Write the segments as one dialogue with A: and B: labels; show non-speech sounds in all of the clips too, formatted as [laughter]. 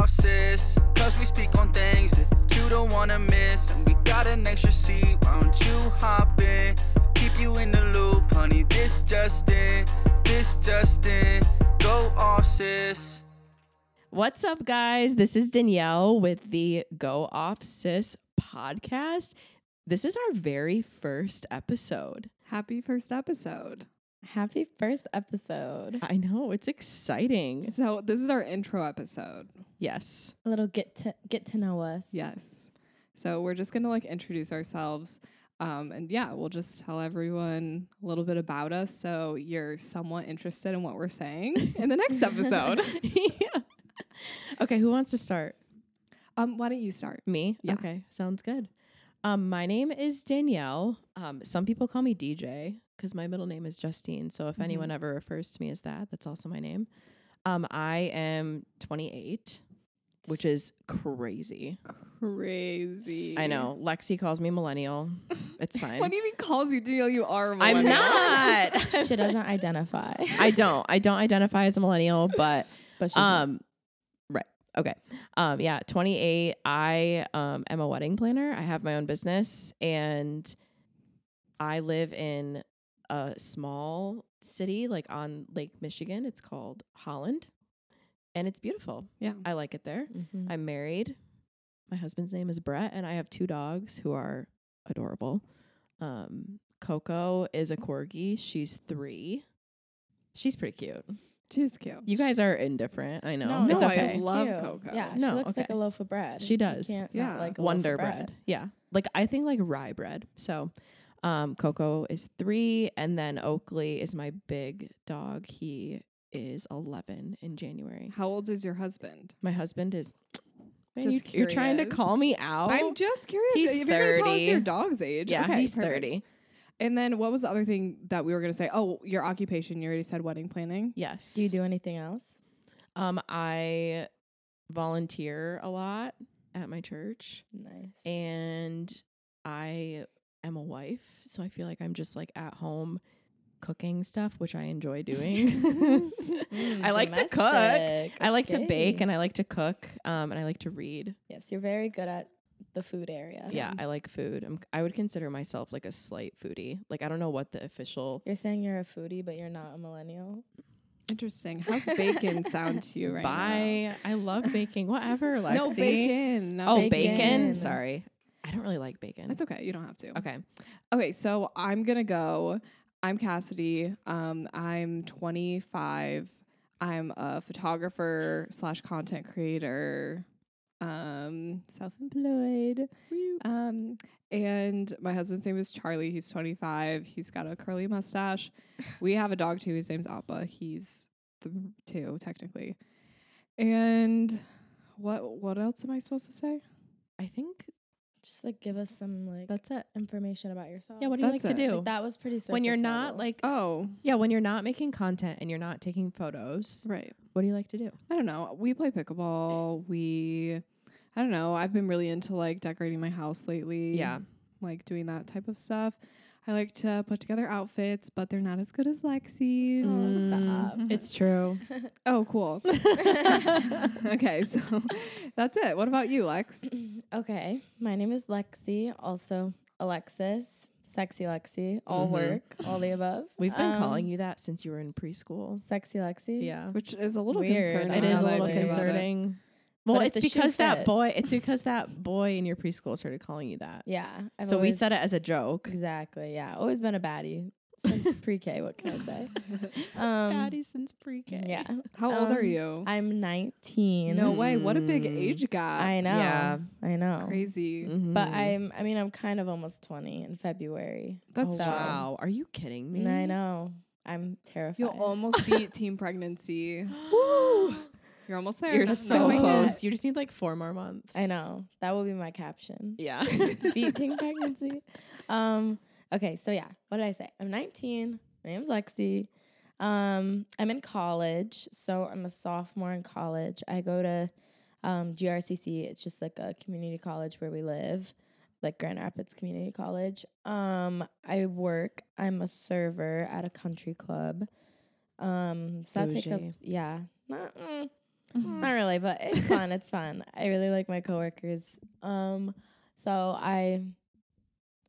A: exist. Cause we speak on things that you don't wanna miss. And we got an extra seat, why don't you hop in? Keep you in the loop, honey. This just in, this just in. Go off, sis.
B: What's up, guys? This is Danielle with the Go Off Sis podcast. This is our very first episode.
C: Happy first episode.
D: Happy first episode.
B: I know it's exciting.
C: So this is our intro episode.
B: Yes.
D: A little get to get to know us. [laughs]
C: Yes. So we're just gonna like introduce ourselves. Um, and yeah, we'll just tell everyone a little bit about us so you're somewhat interested in what we're saying in the next
D: [laughs]
C: episode.
B: yeah. [laughs] Okay, who wants to start?
C: Um, why don't you start?
B: Me?
C: Yeah.
B: Okay, sounds good. Um, my name is Danielle. Um, some people call me DJ because my middle name is Justine. So if
D: Mm-hmm.
B: anyone ever refers to me as that, that's also my name. Um, I am 28, which is crazy.
C: Crazy.
B: I know. Lexi calls me
D: [laughs]
B: millennial. It's fine.
C: What do you mean calls you? Do you know you are?
B: I'm
C: a millennial? [laughs]
B: not.
D: [laughs] She doesn't
B: [laughs]
D: identify.
B: I don't. I don't identify as a millennial, but
D: But she's
B: um right okay um yeah 28 i um am a wedding planner i have my own business and i live in a small city like on lake michigan it's called holland and it's beautiful
C: Yeah.
B: i like it there
D: Mhm.
B: i'm married my husband's name is brett and i have two dogs who are adorable um coco is a corgi she's three she's pretty cute
C: She's cute.
B: you guys are indifferent. I know.
C: No,
B: it's
C: I
B: okay.
C: just love Coco.
D: Yeah, she
B: No,
D: looks like
B: okay.
D: a loaf of bread.
B: She
D: You
B: does.
D: can't not
C: Yeah.
D: like a loaf of
B: Wonder bread. Yeah. Like I think like rye bread. So um Coco is 3 and then Oakley is my big dog. He is 11 in January.
C: How old is your husband?
B: My husband is Man,
C: Just
B: you, are trying to
C: curious.
B: call me out.
C: I'm just curious.
B: Oh, he's
C: if you're gonna tell us
B: 30.
C: your dog's age.
B: yeah,
C: okay,
B: he's
C: perfect.
B: 30.
C: And then what was the other thing that we were gonna say? Oh, your occupation. You already said wedding planning.
B: Yes.
D: Do you do anything else?
B: Um I volunteer a lot at my church.
D: Nice.
B: [laughs] and I am a wife, so I feel like I'm just like at home cooking stuff, which I enjoy [laughs] doing.
D: [laughs] Mm,
B: I like to cook.
D: domestic.
B: I like to bake
D: Okay.
B: and I like to cook, um, and I like to read.
D: yes, you're very good at the food area.
B: Yeah, I like food. I'm, I would consider myself like a slight foodie. Like I don't know what the official.
D: You're saying you're a foodie, but you're not a millennial.
C: Interesting. How's bacon sound to [laughs] you right now?
B: Bye. I love baking. Whatever, [laughs] Lexi.
C: No bacon. No
B: Oh, bacon.
D: Bacon.
B: Sorry, I don't really like bacon.
C: That's okay. You don't have to.
B: okay.
C: Okay, so I'm gonna go. I'm Cassidy. Um, I'm 25. I'm a photographer slash content creator, um, self-employed. Um, and my husband's name is Charlie. He's 25. He's got a curly mustache. We have a dog too. His name's Appa. He's th- two technically. And what what else am I supposed to say?
B: I think
D: Just like give us some like
B: that's it.
D: information about yourself.
B: Yeah. What do you like
C: That's
B: to
C: it.
B: do
D: Like, that was pretty.
B: when you're
D: surface
B: not
D: level.
B: like
C: Oh,
B: Yeah, when you're not making content and you're not taking photos,
C: right.
B: what do you like to do?
C: I don't know. We play pickleball. We, I don't know. I've been really into like decorating my house lately.
B: Yeah.
C: Like doing that type of stuff. I like to put together outfits, but they're not as good as Lexi's.
D: Mm, stop.
B: It's true.
C: Oh,
D: [laughs]
C: cool. [laughs] okay, so [laughs] that's it. What about you, Lex?
D: Okay, my name is Lexi, also Alexis, sexy Lexi, all
B: Mhm.
D: work, all the above.
B: We've been
D: Um,
B: calling you that since you were in preschool.
D: sexy Lexi.
B: Yeah.
C: Which is a little
D: Weird,
C: concerning.
B: It is a
C: now that I
B: little
C: think about it.
B: concerning. Well,
D: But if
B: it's
D: the shoe
B: because that
D: fits.
B: boy, it's because that boy in your preschool started calling you that.
D: yeah. I've
B: so we
D: always-
B: said it as a joke.
D: exactly. Yeah, always been a baddie
B: [laughs]
D: since pre-K. What can I say? Um,
B: since pre-K.
D: Yeah,
C: How old are
D: Um,
C: you?
D: I'm 19.
C: no way. What a big
B: Mm.
C: age gap.
D: I know.
B: Yeah. Mm-hmm.
D: I know.
C: Crazy.
D: But I'm. I mean, I'm kind of almost 20 in February.
C: That's
D: so-
B: wow. Are you kidding me?
D: I
B: [gasps]
D: know. I'm terrified.
C: You'll
B: [laughs]
C: almost beat teen pregnancy. You're almost there.
B: You're
C: That's
B: so
C: doing it.
B: close. You just need like four more months.
D: I know. That will be my caption. [laughs]
B: Yeah.
D: beating pregnancy. Um, okay, so yeah, what did I say? I'm 19. My name's Lexi. Um, I'm in college, so I'm a sophomore in college. I go to um, GRCC. It's just like a community college where we live, like Grand Rapids Community College. Um, I work. I'm a server at a country club. Um, so I take up.
B: Bougie.
D: Yeah, not. mm,
B: Mm-hmm.
D: Not really, but it's fun. It's fun. I really like my coworkers. Um, so I,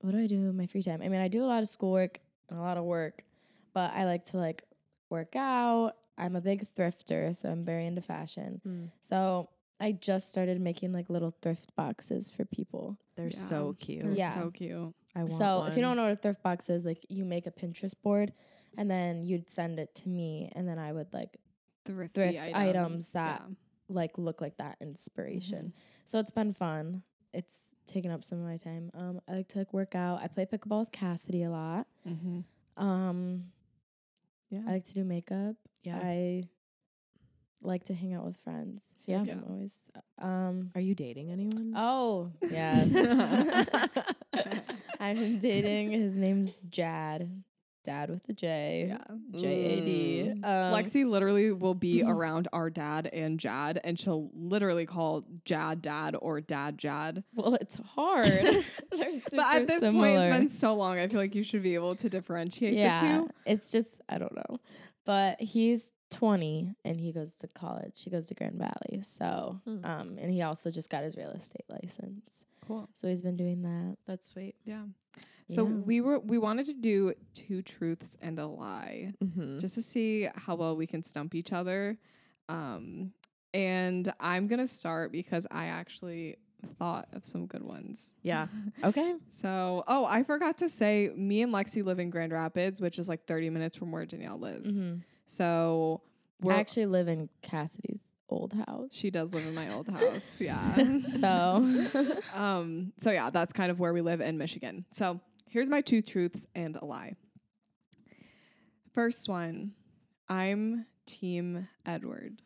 D: what do I do in my free time? I mean, I do a lot of schoolwork and a lot of work, but I like to like work out. I'm a big thrifter, so I'm very into fashion.
B: Mm.
D: So I just started making like little thrift boxes for people.
B: They're
C: Yeah.
B: so cute.
C: They're
D: Yeah.
C: so cute.
B: I want
D: So if you
B: one.
D: don't know what a thrift box is, like you make a Pinterest board, and then you'd send it to me, and then I would like
C: Thrifty
D: Thrift
C: items,
D: items that-
C: yeah.
D: like look like that inspiration.
C: Mm-hmm.
D: So it's been fun. It's taken up some of my time. Um, I like to like work out. I play pickleball with Cassidy a lot.
C: Mm-hmm.
D: Um,
C: Yeah.
D: I like to do makeup.
B: yeah.
D: I like to hang out with friends. I feel
B: Yeah.
D: like I'm always. Um,
B: Are you dating anyone?
D: oh [laughs] yes,
C: [laughs]
D: I'm dating. His name's Jad. Dad with a J.
C: Yeah. Mm.
D: J A D. Um,
C: Lexi literally will
D: [laughs]
C: be around our dad and Jad, and she'll literally call Jad dad or dad Jad.
D: Well, it's hard. [laughs] They're
C: but
D: super
C: at this point, it's
D: similar.
C: been so long. I feel like you should be able to differentiate [laughs] the two.
D: It's just I don't know. But he's 20 and he goes to college. He goes to Grand Valley. So,
B: Hmm.
D: um and he also just got his real estate license.
C: Cool.
D: So he's been doing that.
B: That's sweet.
C: Yeah. So
D: Yeah.
C: we were we wanted to do two truths and a lie
B: Mm-hmm.
C: just to see how well we can stump each other. Um, and I'm gonna start because I actually thought of some good ones.
B: Yeah.
D: [laughs]
B: Okay.
C: So, oh, I forgot to say, me and Lexi live in Grand Rapids, which is like 30 minutes from where Danielle lives.
D: Mhm.
C: So, we're
D: I actually live in Cassidy's old
C: [laughs]
D: house.
C: she does live in my
D: [laughs]
C: old house. Yeah.
D: So,
C: [laughs] um, so yeah, that's kind of where we live in Michigan. So, here's my two truths and a lie. First one, I'm team Edward.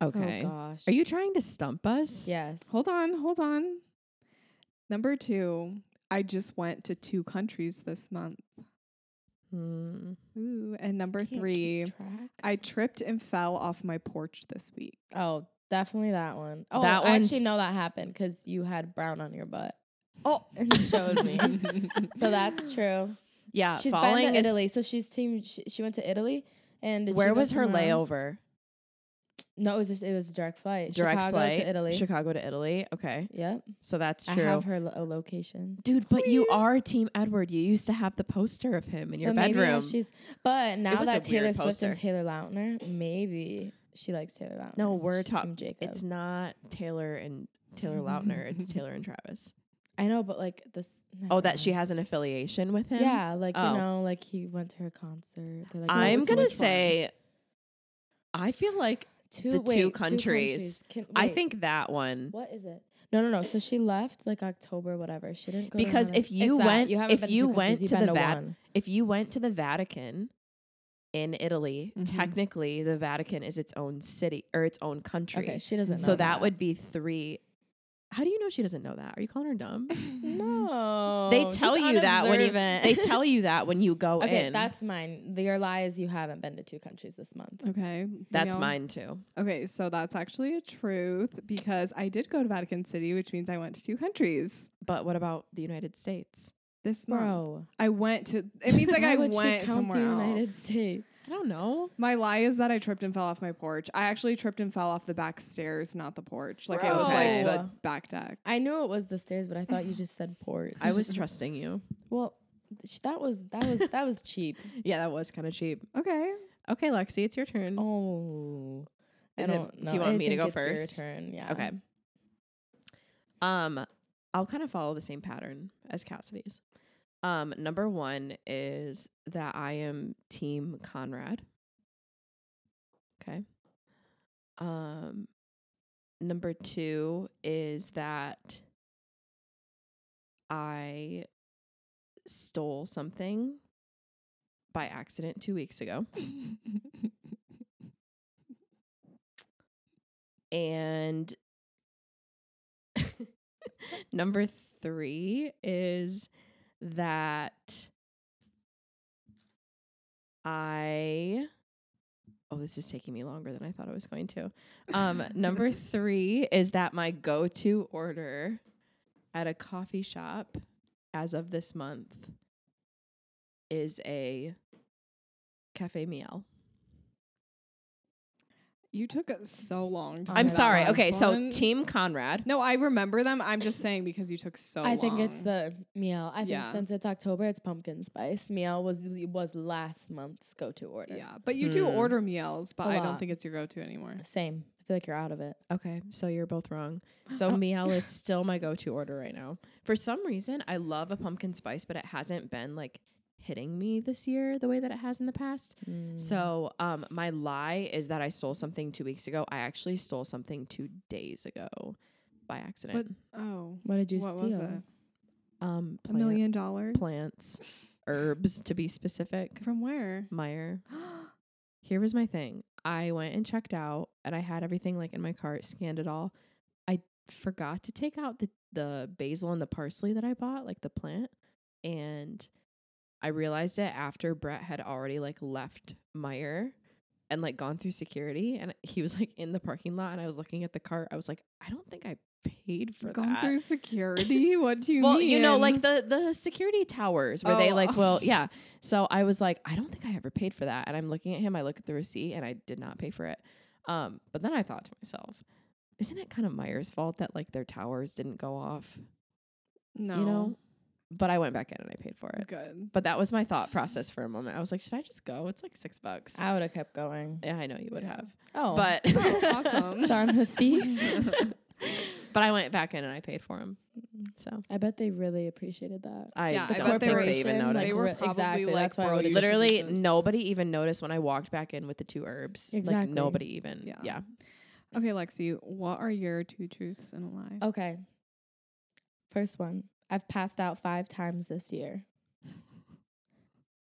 B: Okay.
D: oh gosh.
B: Are you trying to stump us?
D: Yes.
C: Hold on, hold on. Number 2, I just went to two countries this month.
B: Mm.
C: Ooh, and number
D: Can't keep
C: 3,
D: track.
C: I tripped and fell off my porch this week.
D: oh, definitely that one. Oh,
B: That
D: I
B: one-
D: actually know that happened cuz you had brown on your butt. [laughs]
C: Oh.
D: and showed me. so that's true.
B: [laughs] Yeah.
D: She's
B: uh, falling
D: been to
B: is-
D: Italy, so she's team. She, she went to Italy, and did she
B: Where
D: go
B: was her
D: somewhere else?
B: layover?
D: No, it was just, it was a direct flight.
B: Direct
D: Chicago
B: flight
D: to Italy.
B: Chicago to Italy. Okay.
D: yep,
B: So that's
D: I
B: true.
D: have her lo- a location.
B: Dude, but you
C: Please.
B: are Team Edward. You used to have the poster of him in your
D: But maybe, yeah,
B: bedroom.
D: she's but now
B: was a
D: that Taylor
B: weird
D: Swift and
B: poster.
D: Taylor Lautner, maybe she likes Taylor Lautner.
B: no,
D: so
B: we're
D: she's team
B: talking.
D: Jacob.
B: It's not Taylor and Taylor Lautner. it's
D: [laughs]
B: Taylor and Travis.
D: I know, but like this.
B: Oh,
D: never
B: that she
D: mind.
B: has an affiliation with him.
D: Yeah, like
B: Oh.
D: you know, like he went to her concert. They're, like,
C: So
B: I'm
C: it's
B: gonna
C: which one?
B: say. I feel like
D: two,
B: the two
D: wait,
B: countries.
D: Can,
B: I
D: wait,
B: think that one.
D: What is it? No, no, no. So she left like October, whatever. She didn't go to
B: Because
D: another-
B: if you
D: It's that.
B: went-
D: haven't
B: if
D: been
B: you
D: two countries,
B: went
D: you've
B: to
D: been
B: the Vat-
D: one.
B: if you went to the Vatican in Italy,
D: Mm-hmm.
C: Mhm.
B: technically the Vatican is its own city or its own country.
D: okay, she doesn't. Know
B: so that would be three. How do you know she doesn't know that? Are you calling her [laughs] dumb?
D: no.
B: they tell you that when you they tell you that when you go
D: [laughs] okay,
B: in.
D: that's mine. The, your lie is you haven't been to two countries this month.
C: Okay.
B: that's
C: Danielle?
B: mine too.
C: Okay, so that's actually a truth because I did go to Vatican City, which means I went to two countries
B: But what about the United States?
C: this month.
D: Bro,
C: I went to. It means like
D: [laughs] Why
C: I
D: would she
C: went
D: count
C: somewhere
D: the
C: else.
D: United States.
B: I don't know.
C: My lie is that I tripped and fell off my porch. I actually tripped and fell off the back stairs, not the porch. Like it was like
D: Bro.
C: the back deck.
D: I knew it was the stairs, but I thought you just said porch.
B: I was trusting you.
D: well. sh- That was that was that was cheap.
B: [laughs] Yeah, that was kind of cheap.
C: Okay.
B: Okay, Lexi, it's your turn.
D: Oh,
B: Is
D: I
B: it-
D: don't
B: do
D: know.
B: you want
D: I
B: me to
D: think
B: go
D: it's your
B: first?
D: turn, yeah.
B: Okay. Um, I'll kind of follow the same pattern as Cassidy's. Um, number one is that I am Team Conrad. Okay. Um, number two is that I stole something by accident two weeks ago. And number three is that I. Oh, this is taking me longer than I thought it was going to. Um, number three is that my go to order at a coffee shop as of this month is a cafe meal.
C: You took it so long. To
D: Oh
B: I'm
D: my
C: say that
B: sorry.
C: last
B: Okay, so
C: one.
B: Team Conrad.
C: No, I remember them. I'm just saying because you took so.
D: I think it's
C: long.
D: the meal. I think
C: Yeah.
D: since it's October, it's pumpkin spice. Meal was was last month's go to order.
C: Yeah, but you do
B: Hmm.
C: order meals, but
D: A
C: I don't
D: lot.
C: think it's your go-to anymore.
D: Same. I feel like you're out of it.
B: Okay, so you're both wrong. So
C: [laughs]
B: meal is still my go-to order right now. For some reason, I love a pumpkin spice, but it hasn't been like hitting me this year the way that it has in the past.
C: Mm.
B: So, um, my lie is that I stole something two weeks ago. I actually stole something two days ago by
C: But
B: accident.
C: oh,
D: What did you
C: what
D: steal?
C: was it?
B: um,
C: A
B: plant-
C: million dollars?
B: plants, herbs to be specific.
C: From [gasps] where?
B: Meyer. Here was my thing. I went and checked out and I had everything like in my cart, scanned it all. I forgot to take out the the basil and the parsley that I bought, like the plant, and I realized it after Brett had already like left Meyer and like gone through security and he was like in the parking lot and I was looking at the cart. I was like, I don't think I paid for
C: [gasps] Gone
B: that.
C: through [laughs] security? what do you
B: Well,
C: mean?
B: you know, like the the security towers where they
C: Oh.
B: like, well,
C: [laughs]
B: yeah. So I was like, I don't think I ever paid for that. And I'm looking at him. I look at the receipt, and I did not pay for it. Um, but then I thought to myself, isn't it kind of Meyer's fault that like their towers didn't go off?
C: no,
B: You know. But I went back in and I paid for it.
C: good.
B: But that was my thought process for a moment. I was like, should I just go? It's like six bucks.
D: I would have kept going.
B: yeah, I know you would
C: Yeah.
B: have.
D: Oh,
B: But [laughs]
C: Oh, [laughs] awesome. [laughs]
D: so I'm the thief.
B: but I went back in and I paid for him. So
D: I bet they really appreciated that.
B: I
C: Mm-hmm. Yeah, I
B: don't
C: bet they
B: think
C: were-
B: they even noticed.
D: like,
C: They were
D: re-
C: probably
D: exactly,
C: like,
D: that's why I
C: bro,
D: would've
C: you
D: just-
C: should
B: Literally,
C: do this.
B: nobody even noticed when I walked back in with the two herbs. Like
D: Exactly.
B: nobody even. Yeah.
C: Yeah. Okay, Lexi, what are your two truths and a lie?
D: Okay. First one. I've passed out five times this year.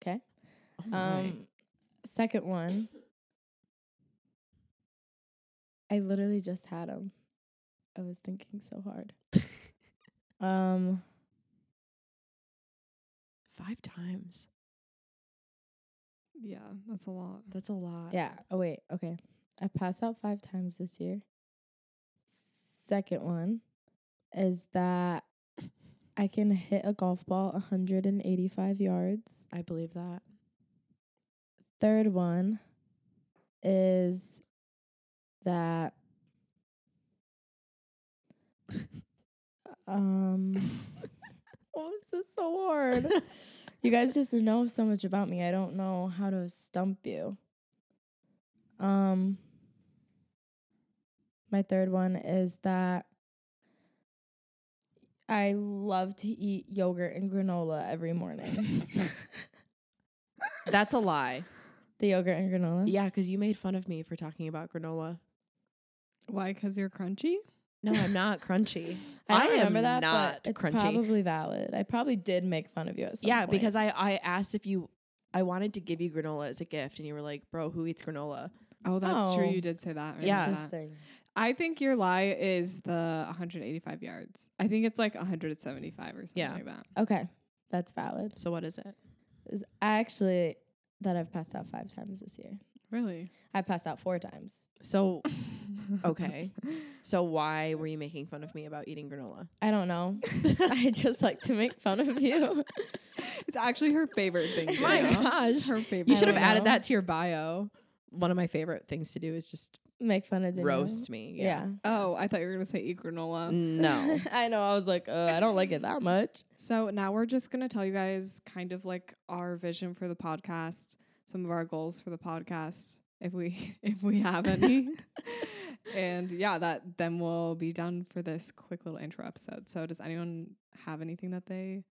D: Okay.
B: Oh my.
D: Um, second one. I literally just had them. I was thinking so hard. um,
B: Five times.
C: Yeah, that's a lot. [laughs]
B: That's a lot.
D: yeah. Oh wait. Okay. I passed out five times this year. Second one is that I can hit a golf ball 185 yards.
B: I believe that.
D: Third one is that um [laughs] oh, this is so hard. you guys just know so much about me. I don't know how to stump you. Um my third one is that I love to eat yogurt and granola
C: [laughs]
D: every morning.
B: That's a lie.
D: the yogurt and granola?
B: [laughs] Yeah, because you made fun of me for talking about granola.
C: Why? Because you're crunchy.
B: No, I'm not crunchy. [laughs]
D: I,
B: I
D: don't
B: am
D: remember that,
B: not
D: but it's
B: crunchy.
D: probably valid. I probably did make fun of you at some
B: yeah,
D: point.
B: because I, I asked if you, I wanted to give you granola as a gift, and you were like, bro, who eats granola?
C: Oh, that's true.
D: Oh.
C: You did say that. I remember
B: Yeah.
C: that.
D: interesting.
C: I think your lie is the 185 yards. I think it's like 175 or something
B: Yeah.
C: like that.
D: Okay, that's valid.
B: So what is it?
D: Is actually that I've passed out five times this year.
C: Really?
D: I've passed out four times.
B: [laughs] So, okay. So why were you making fun of me about eating [laughs] granola?
D: I don't know. I just like to make fun of you.
C: It's actually her favorite thing. [laughs]
B: [laughs]
C: to
B: My
D: [laughs]
C: do.
B: gosh.
C: her favorite.
B: You
D: I
B: should have
D: don't
B: added
D: know.
B: that to your bio. One of my favorite things to do is just
D: Make fun of Danielle.
B: roast me.
D: Yeah.
B: Yeah.
C: Oh, I thought you were gonna say eat granola.
B: No.
D: [laughs] I know. I was like, uh, I don't like it that much.
C: So now we're just gonna tell you guys kind of like our vision for the podcast, some of our goals for the podcast, if we [laughs] if we have any. [laughs] and yeah, that then we'll be done for this quick little intro episode. So does anyone have anything that they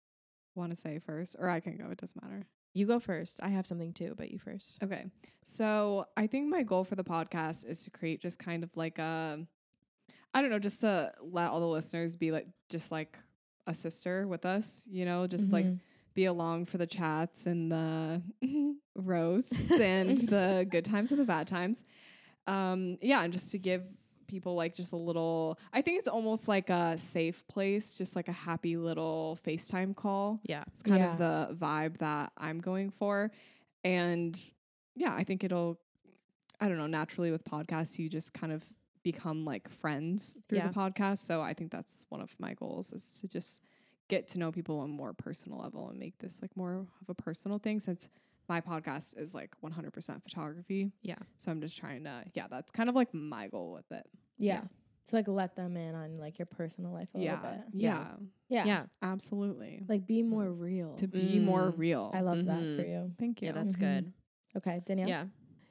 C: want to say first, or I can go? It doesn't matter.
B: you go first. I have something too, but you first.
C: Okay. So I think my goal for the podcast is to create just kind of like a, I don't know, just to let all the listeners be like, just like a sister with us, you know, just like
D: Mhm.
C: be along for the chats and the [laughs] roasts and the good times and the bad times. Um, yeah, and just to give people like just a little, I think it's almost like a safe place, just like a happy little FaceTime call.
B: Yeah.
C: It's kind of the vibe that I'm going for. And yeah, I think it'll, I don't know, naturally with podcasts, you just kind of become like friends through
B: Yeah.
C: the podcast. So I think that's one of my goals is to just get to know people on a more personal level and make this like more of a personal thing since my podcast is like 100% photography.
B: Yeah.
C: So I'm just trying to, yeah, that's kind of like my goal with it.
D: Yeah. To like let them in on like your personal life a
C: yeah.
D: little bit.
C: yeah.
B: Yeah.
D: Yeah.
B: Yeah.
C: Absolutely.
D: Like be more real.
C: to be more
B: Mm.
C: real.
D: I love
B: Mhm.
D: that for you. Mm-hmm.
C: Thank you.
B: Yeah, that's
D: Mhm.
B: good.
D: Okay, Danielle.
B: Yeah.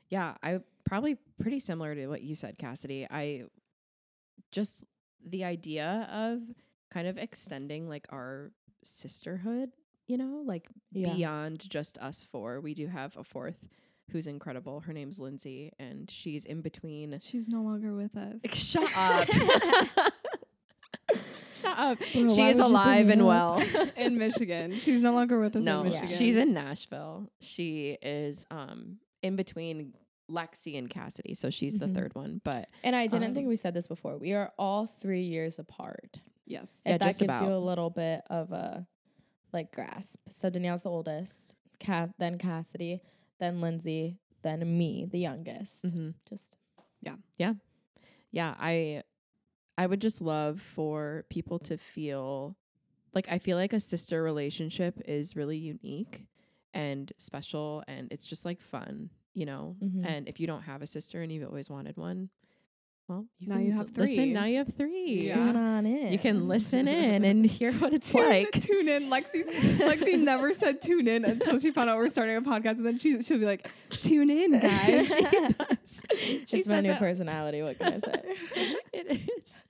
B: Yeah. I probably pretty similar to what you said, Cassidy. I just the idea of kind of extending like our sisterhood, you know, like
D: Yeah.
B: beyond just us four. We do have a fourth who's incredible. Her name's Lindsay, and she's in between.
C: She's no longer with
B: [laughs]
C: us.
D: [laughs]
B: Shut up. Shut up.
D: Bro,
B: she
D: why
B: is
D: would you bring
B: alive
D: it
B: and
D: up?
B: well.
C: [laughs] in Michigan. She's no longer with us
B: no,
C: in
D: Yeah.
C: Michigan.
B: she's in Nashville. She is um in between Lexi and Cassidy, so she's
C: Mm-hmm.
D: Mhm.
B: the third one. But
D: [laughs] And I didn't think
B: Um,
D: we said this before. We are all three years apart.
C: Yes.
B: Yeah,
D: if that
B: just
D: gives you
B: about.
D: a little bit of a like grasp. So Danielle's the oldest, Cass- then Cassidy, then Lindsay, then me, the youngest.
B: Mm-hmm.
C: Mm-hmm.
D: Just
B: yeah, I I would just love for people to feel like I feel like a sister relationship is really unique and special and it's just like fun, you know.
C: Mm-hmm.
D: Mhm.
B: And if you don't have a sister and you've always wanted one, well, you
C: Now
B: can
C: you have
B: l- Listen,
C: three.
B: now you have three.
C: Yeah.
D: tune on in.
B: You can listen in
C: [laughs]
B: and hear what it's like.
C: tune in. Lexi's
D: [laughs]
C: Lexi never said tune in until she found out we're starting a podcast, and then she she'll be like, "Tune in,
D: [laughs]
C: guys."
B: She does. She
D: [laughs] it's my
B: says
D: new
B: it.
D: personality. What can I say?
B: [laughs] it is.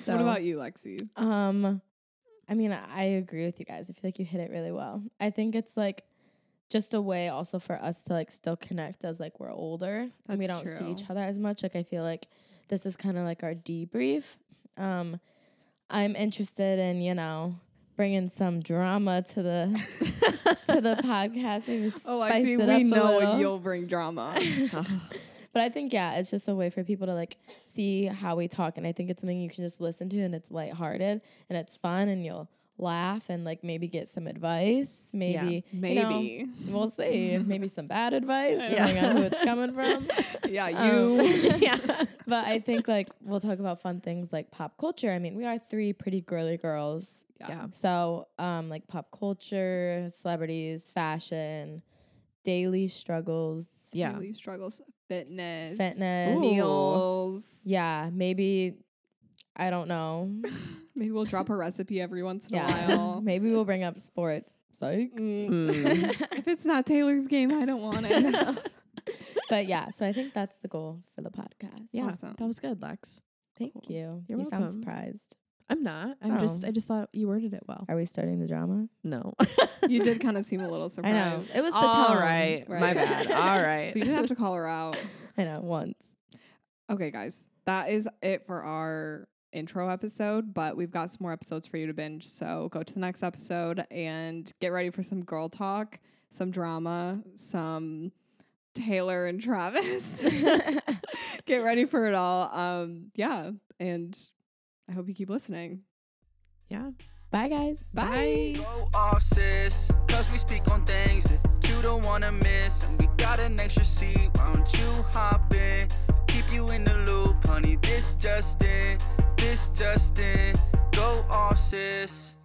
D: So
C: What about you, Lexi?
D: Um, I mean, I agree with you guys. I feel like you hit it really well. I think it's like just a way also for us to like still connect as like we're older and we don't
C: That's
D: see each
C: true.
D: other as much. Like I feel like this is kind of like our debrief. Um, I'm interested in you know bringing some drama to the [laughs]
C: [laughs]
D: to the podcast. Maybe spice
C: Oh, Lexi,
D: it up
C: we
D: a
C: know
D: little.
C: you'll bring
D: [laughs]
C: drama. [laughs]
D: But I think yeah, it's just a way for people to like see how we talk, and I think it's something you can just listen to, and it's lighthearted and it's fun, and you'll laugh and like maybe get some advice, maybe you know,
C: Maybe.
B: [laughs]
D: we'll see, maybe some bad advice,
B: Yeah.
D: depending on who
B: [laughs]
D: it's coming from.
C: yeah, you.
D: Um, [laughs]
C: [laughs]
B: yeah.
D: but I think like we'll talk about fun things like pop culture. I mean, we are three pretty girly girls,
B: Yeah.
D: so um, like pop culture, celebrities, fashion, daily struggles,
B: Yeah.
C: Daily struggles, fitness,
D: fitness.
B: Ooh.
C: meals.
D: Yeah, maybe I
B: [laughs]
D: don't know.
C: Maybe we'll drop a recipe every once in
D: Yeah.
C: a while.
D: [laughs] maybe we'll bring up sports. Psych.
C: Mm.
B: Mm.
C: if it's not Taylor's game, I don't want it.
D: [laughs] [laughs]
C: [laughs]
D: But yeah, so I think that's the goal for the podcast.
B: Yeah,
C: Awesome.
B: that was good, Lex.
D: Thank
C: Cool.
D: you.
B: You're
D: you
B: welcome.
D: sound surprised.
B: I'm not. I'm just.
D: Oh.
B: I just thought you worded it well.
D: Are we starting the drama?
B: No.
C: you did kind of seem a little surprised.
D: I know. It was the
B: All
D: tone.
B: right.
C: Right.
B: My bad. [laughs]
D: [laughs]
B: All right.
C: We did have to call her out.
D: I know, once.
C: Okay, guys, that is it for our intro episode, but we've got some more episodes for you to binge. So go to the next episode and get ready for some girl talk, some drama, some Taylor and
D: [laughs]
C: Travis. [laughs] get ready for it all. Um, yeah. And I hope you keep listening.
B: yeah.
D: Bye guys.
C: Bye.
A: Go off, sis. Cause we speak on things that you don't wanna miss. And we got an extra seat. Why don't you hop in? Keep you in the loop, honey. This just in. This just in. Go off, sis.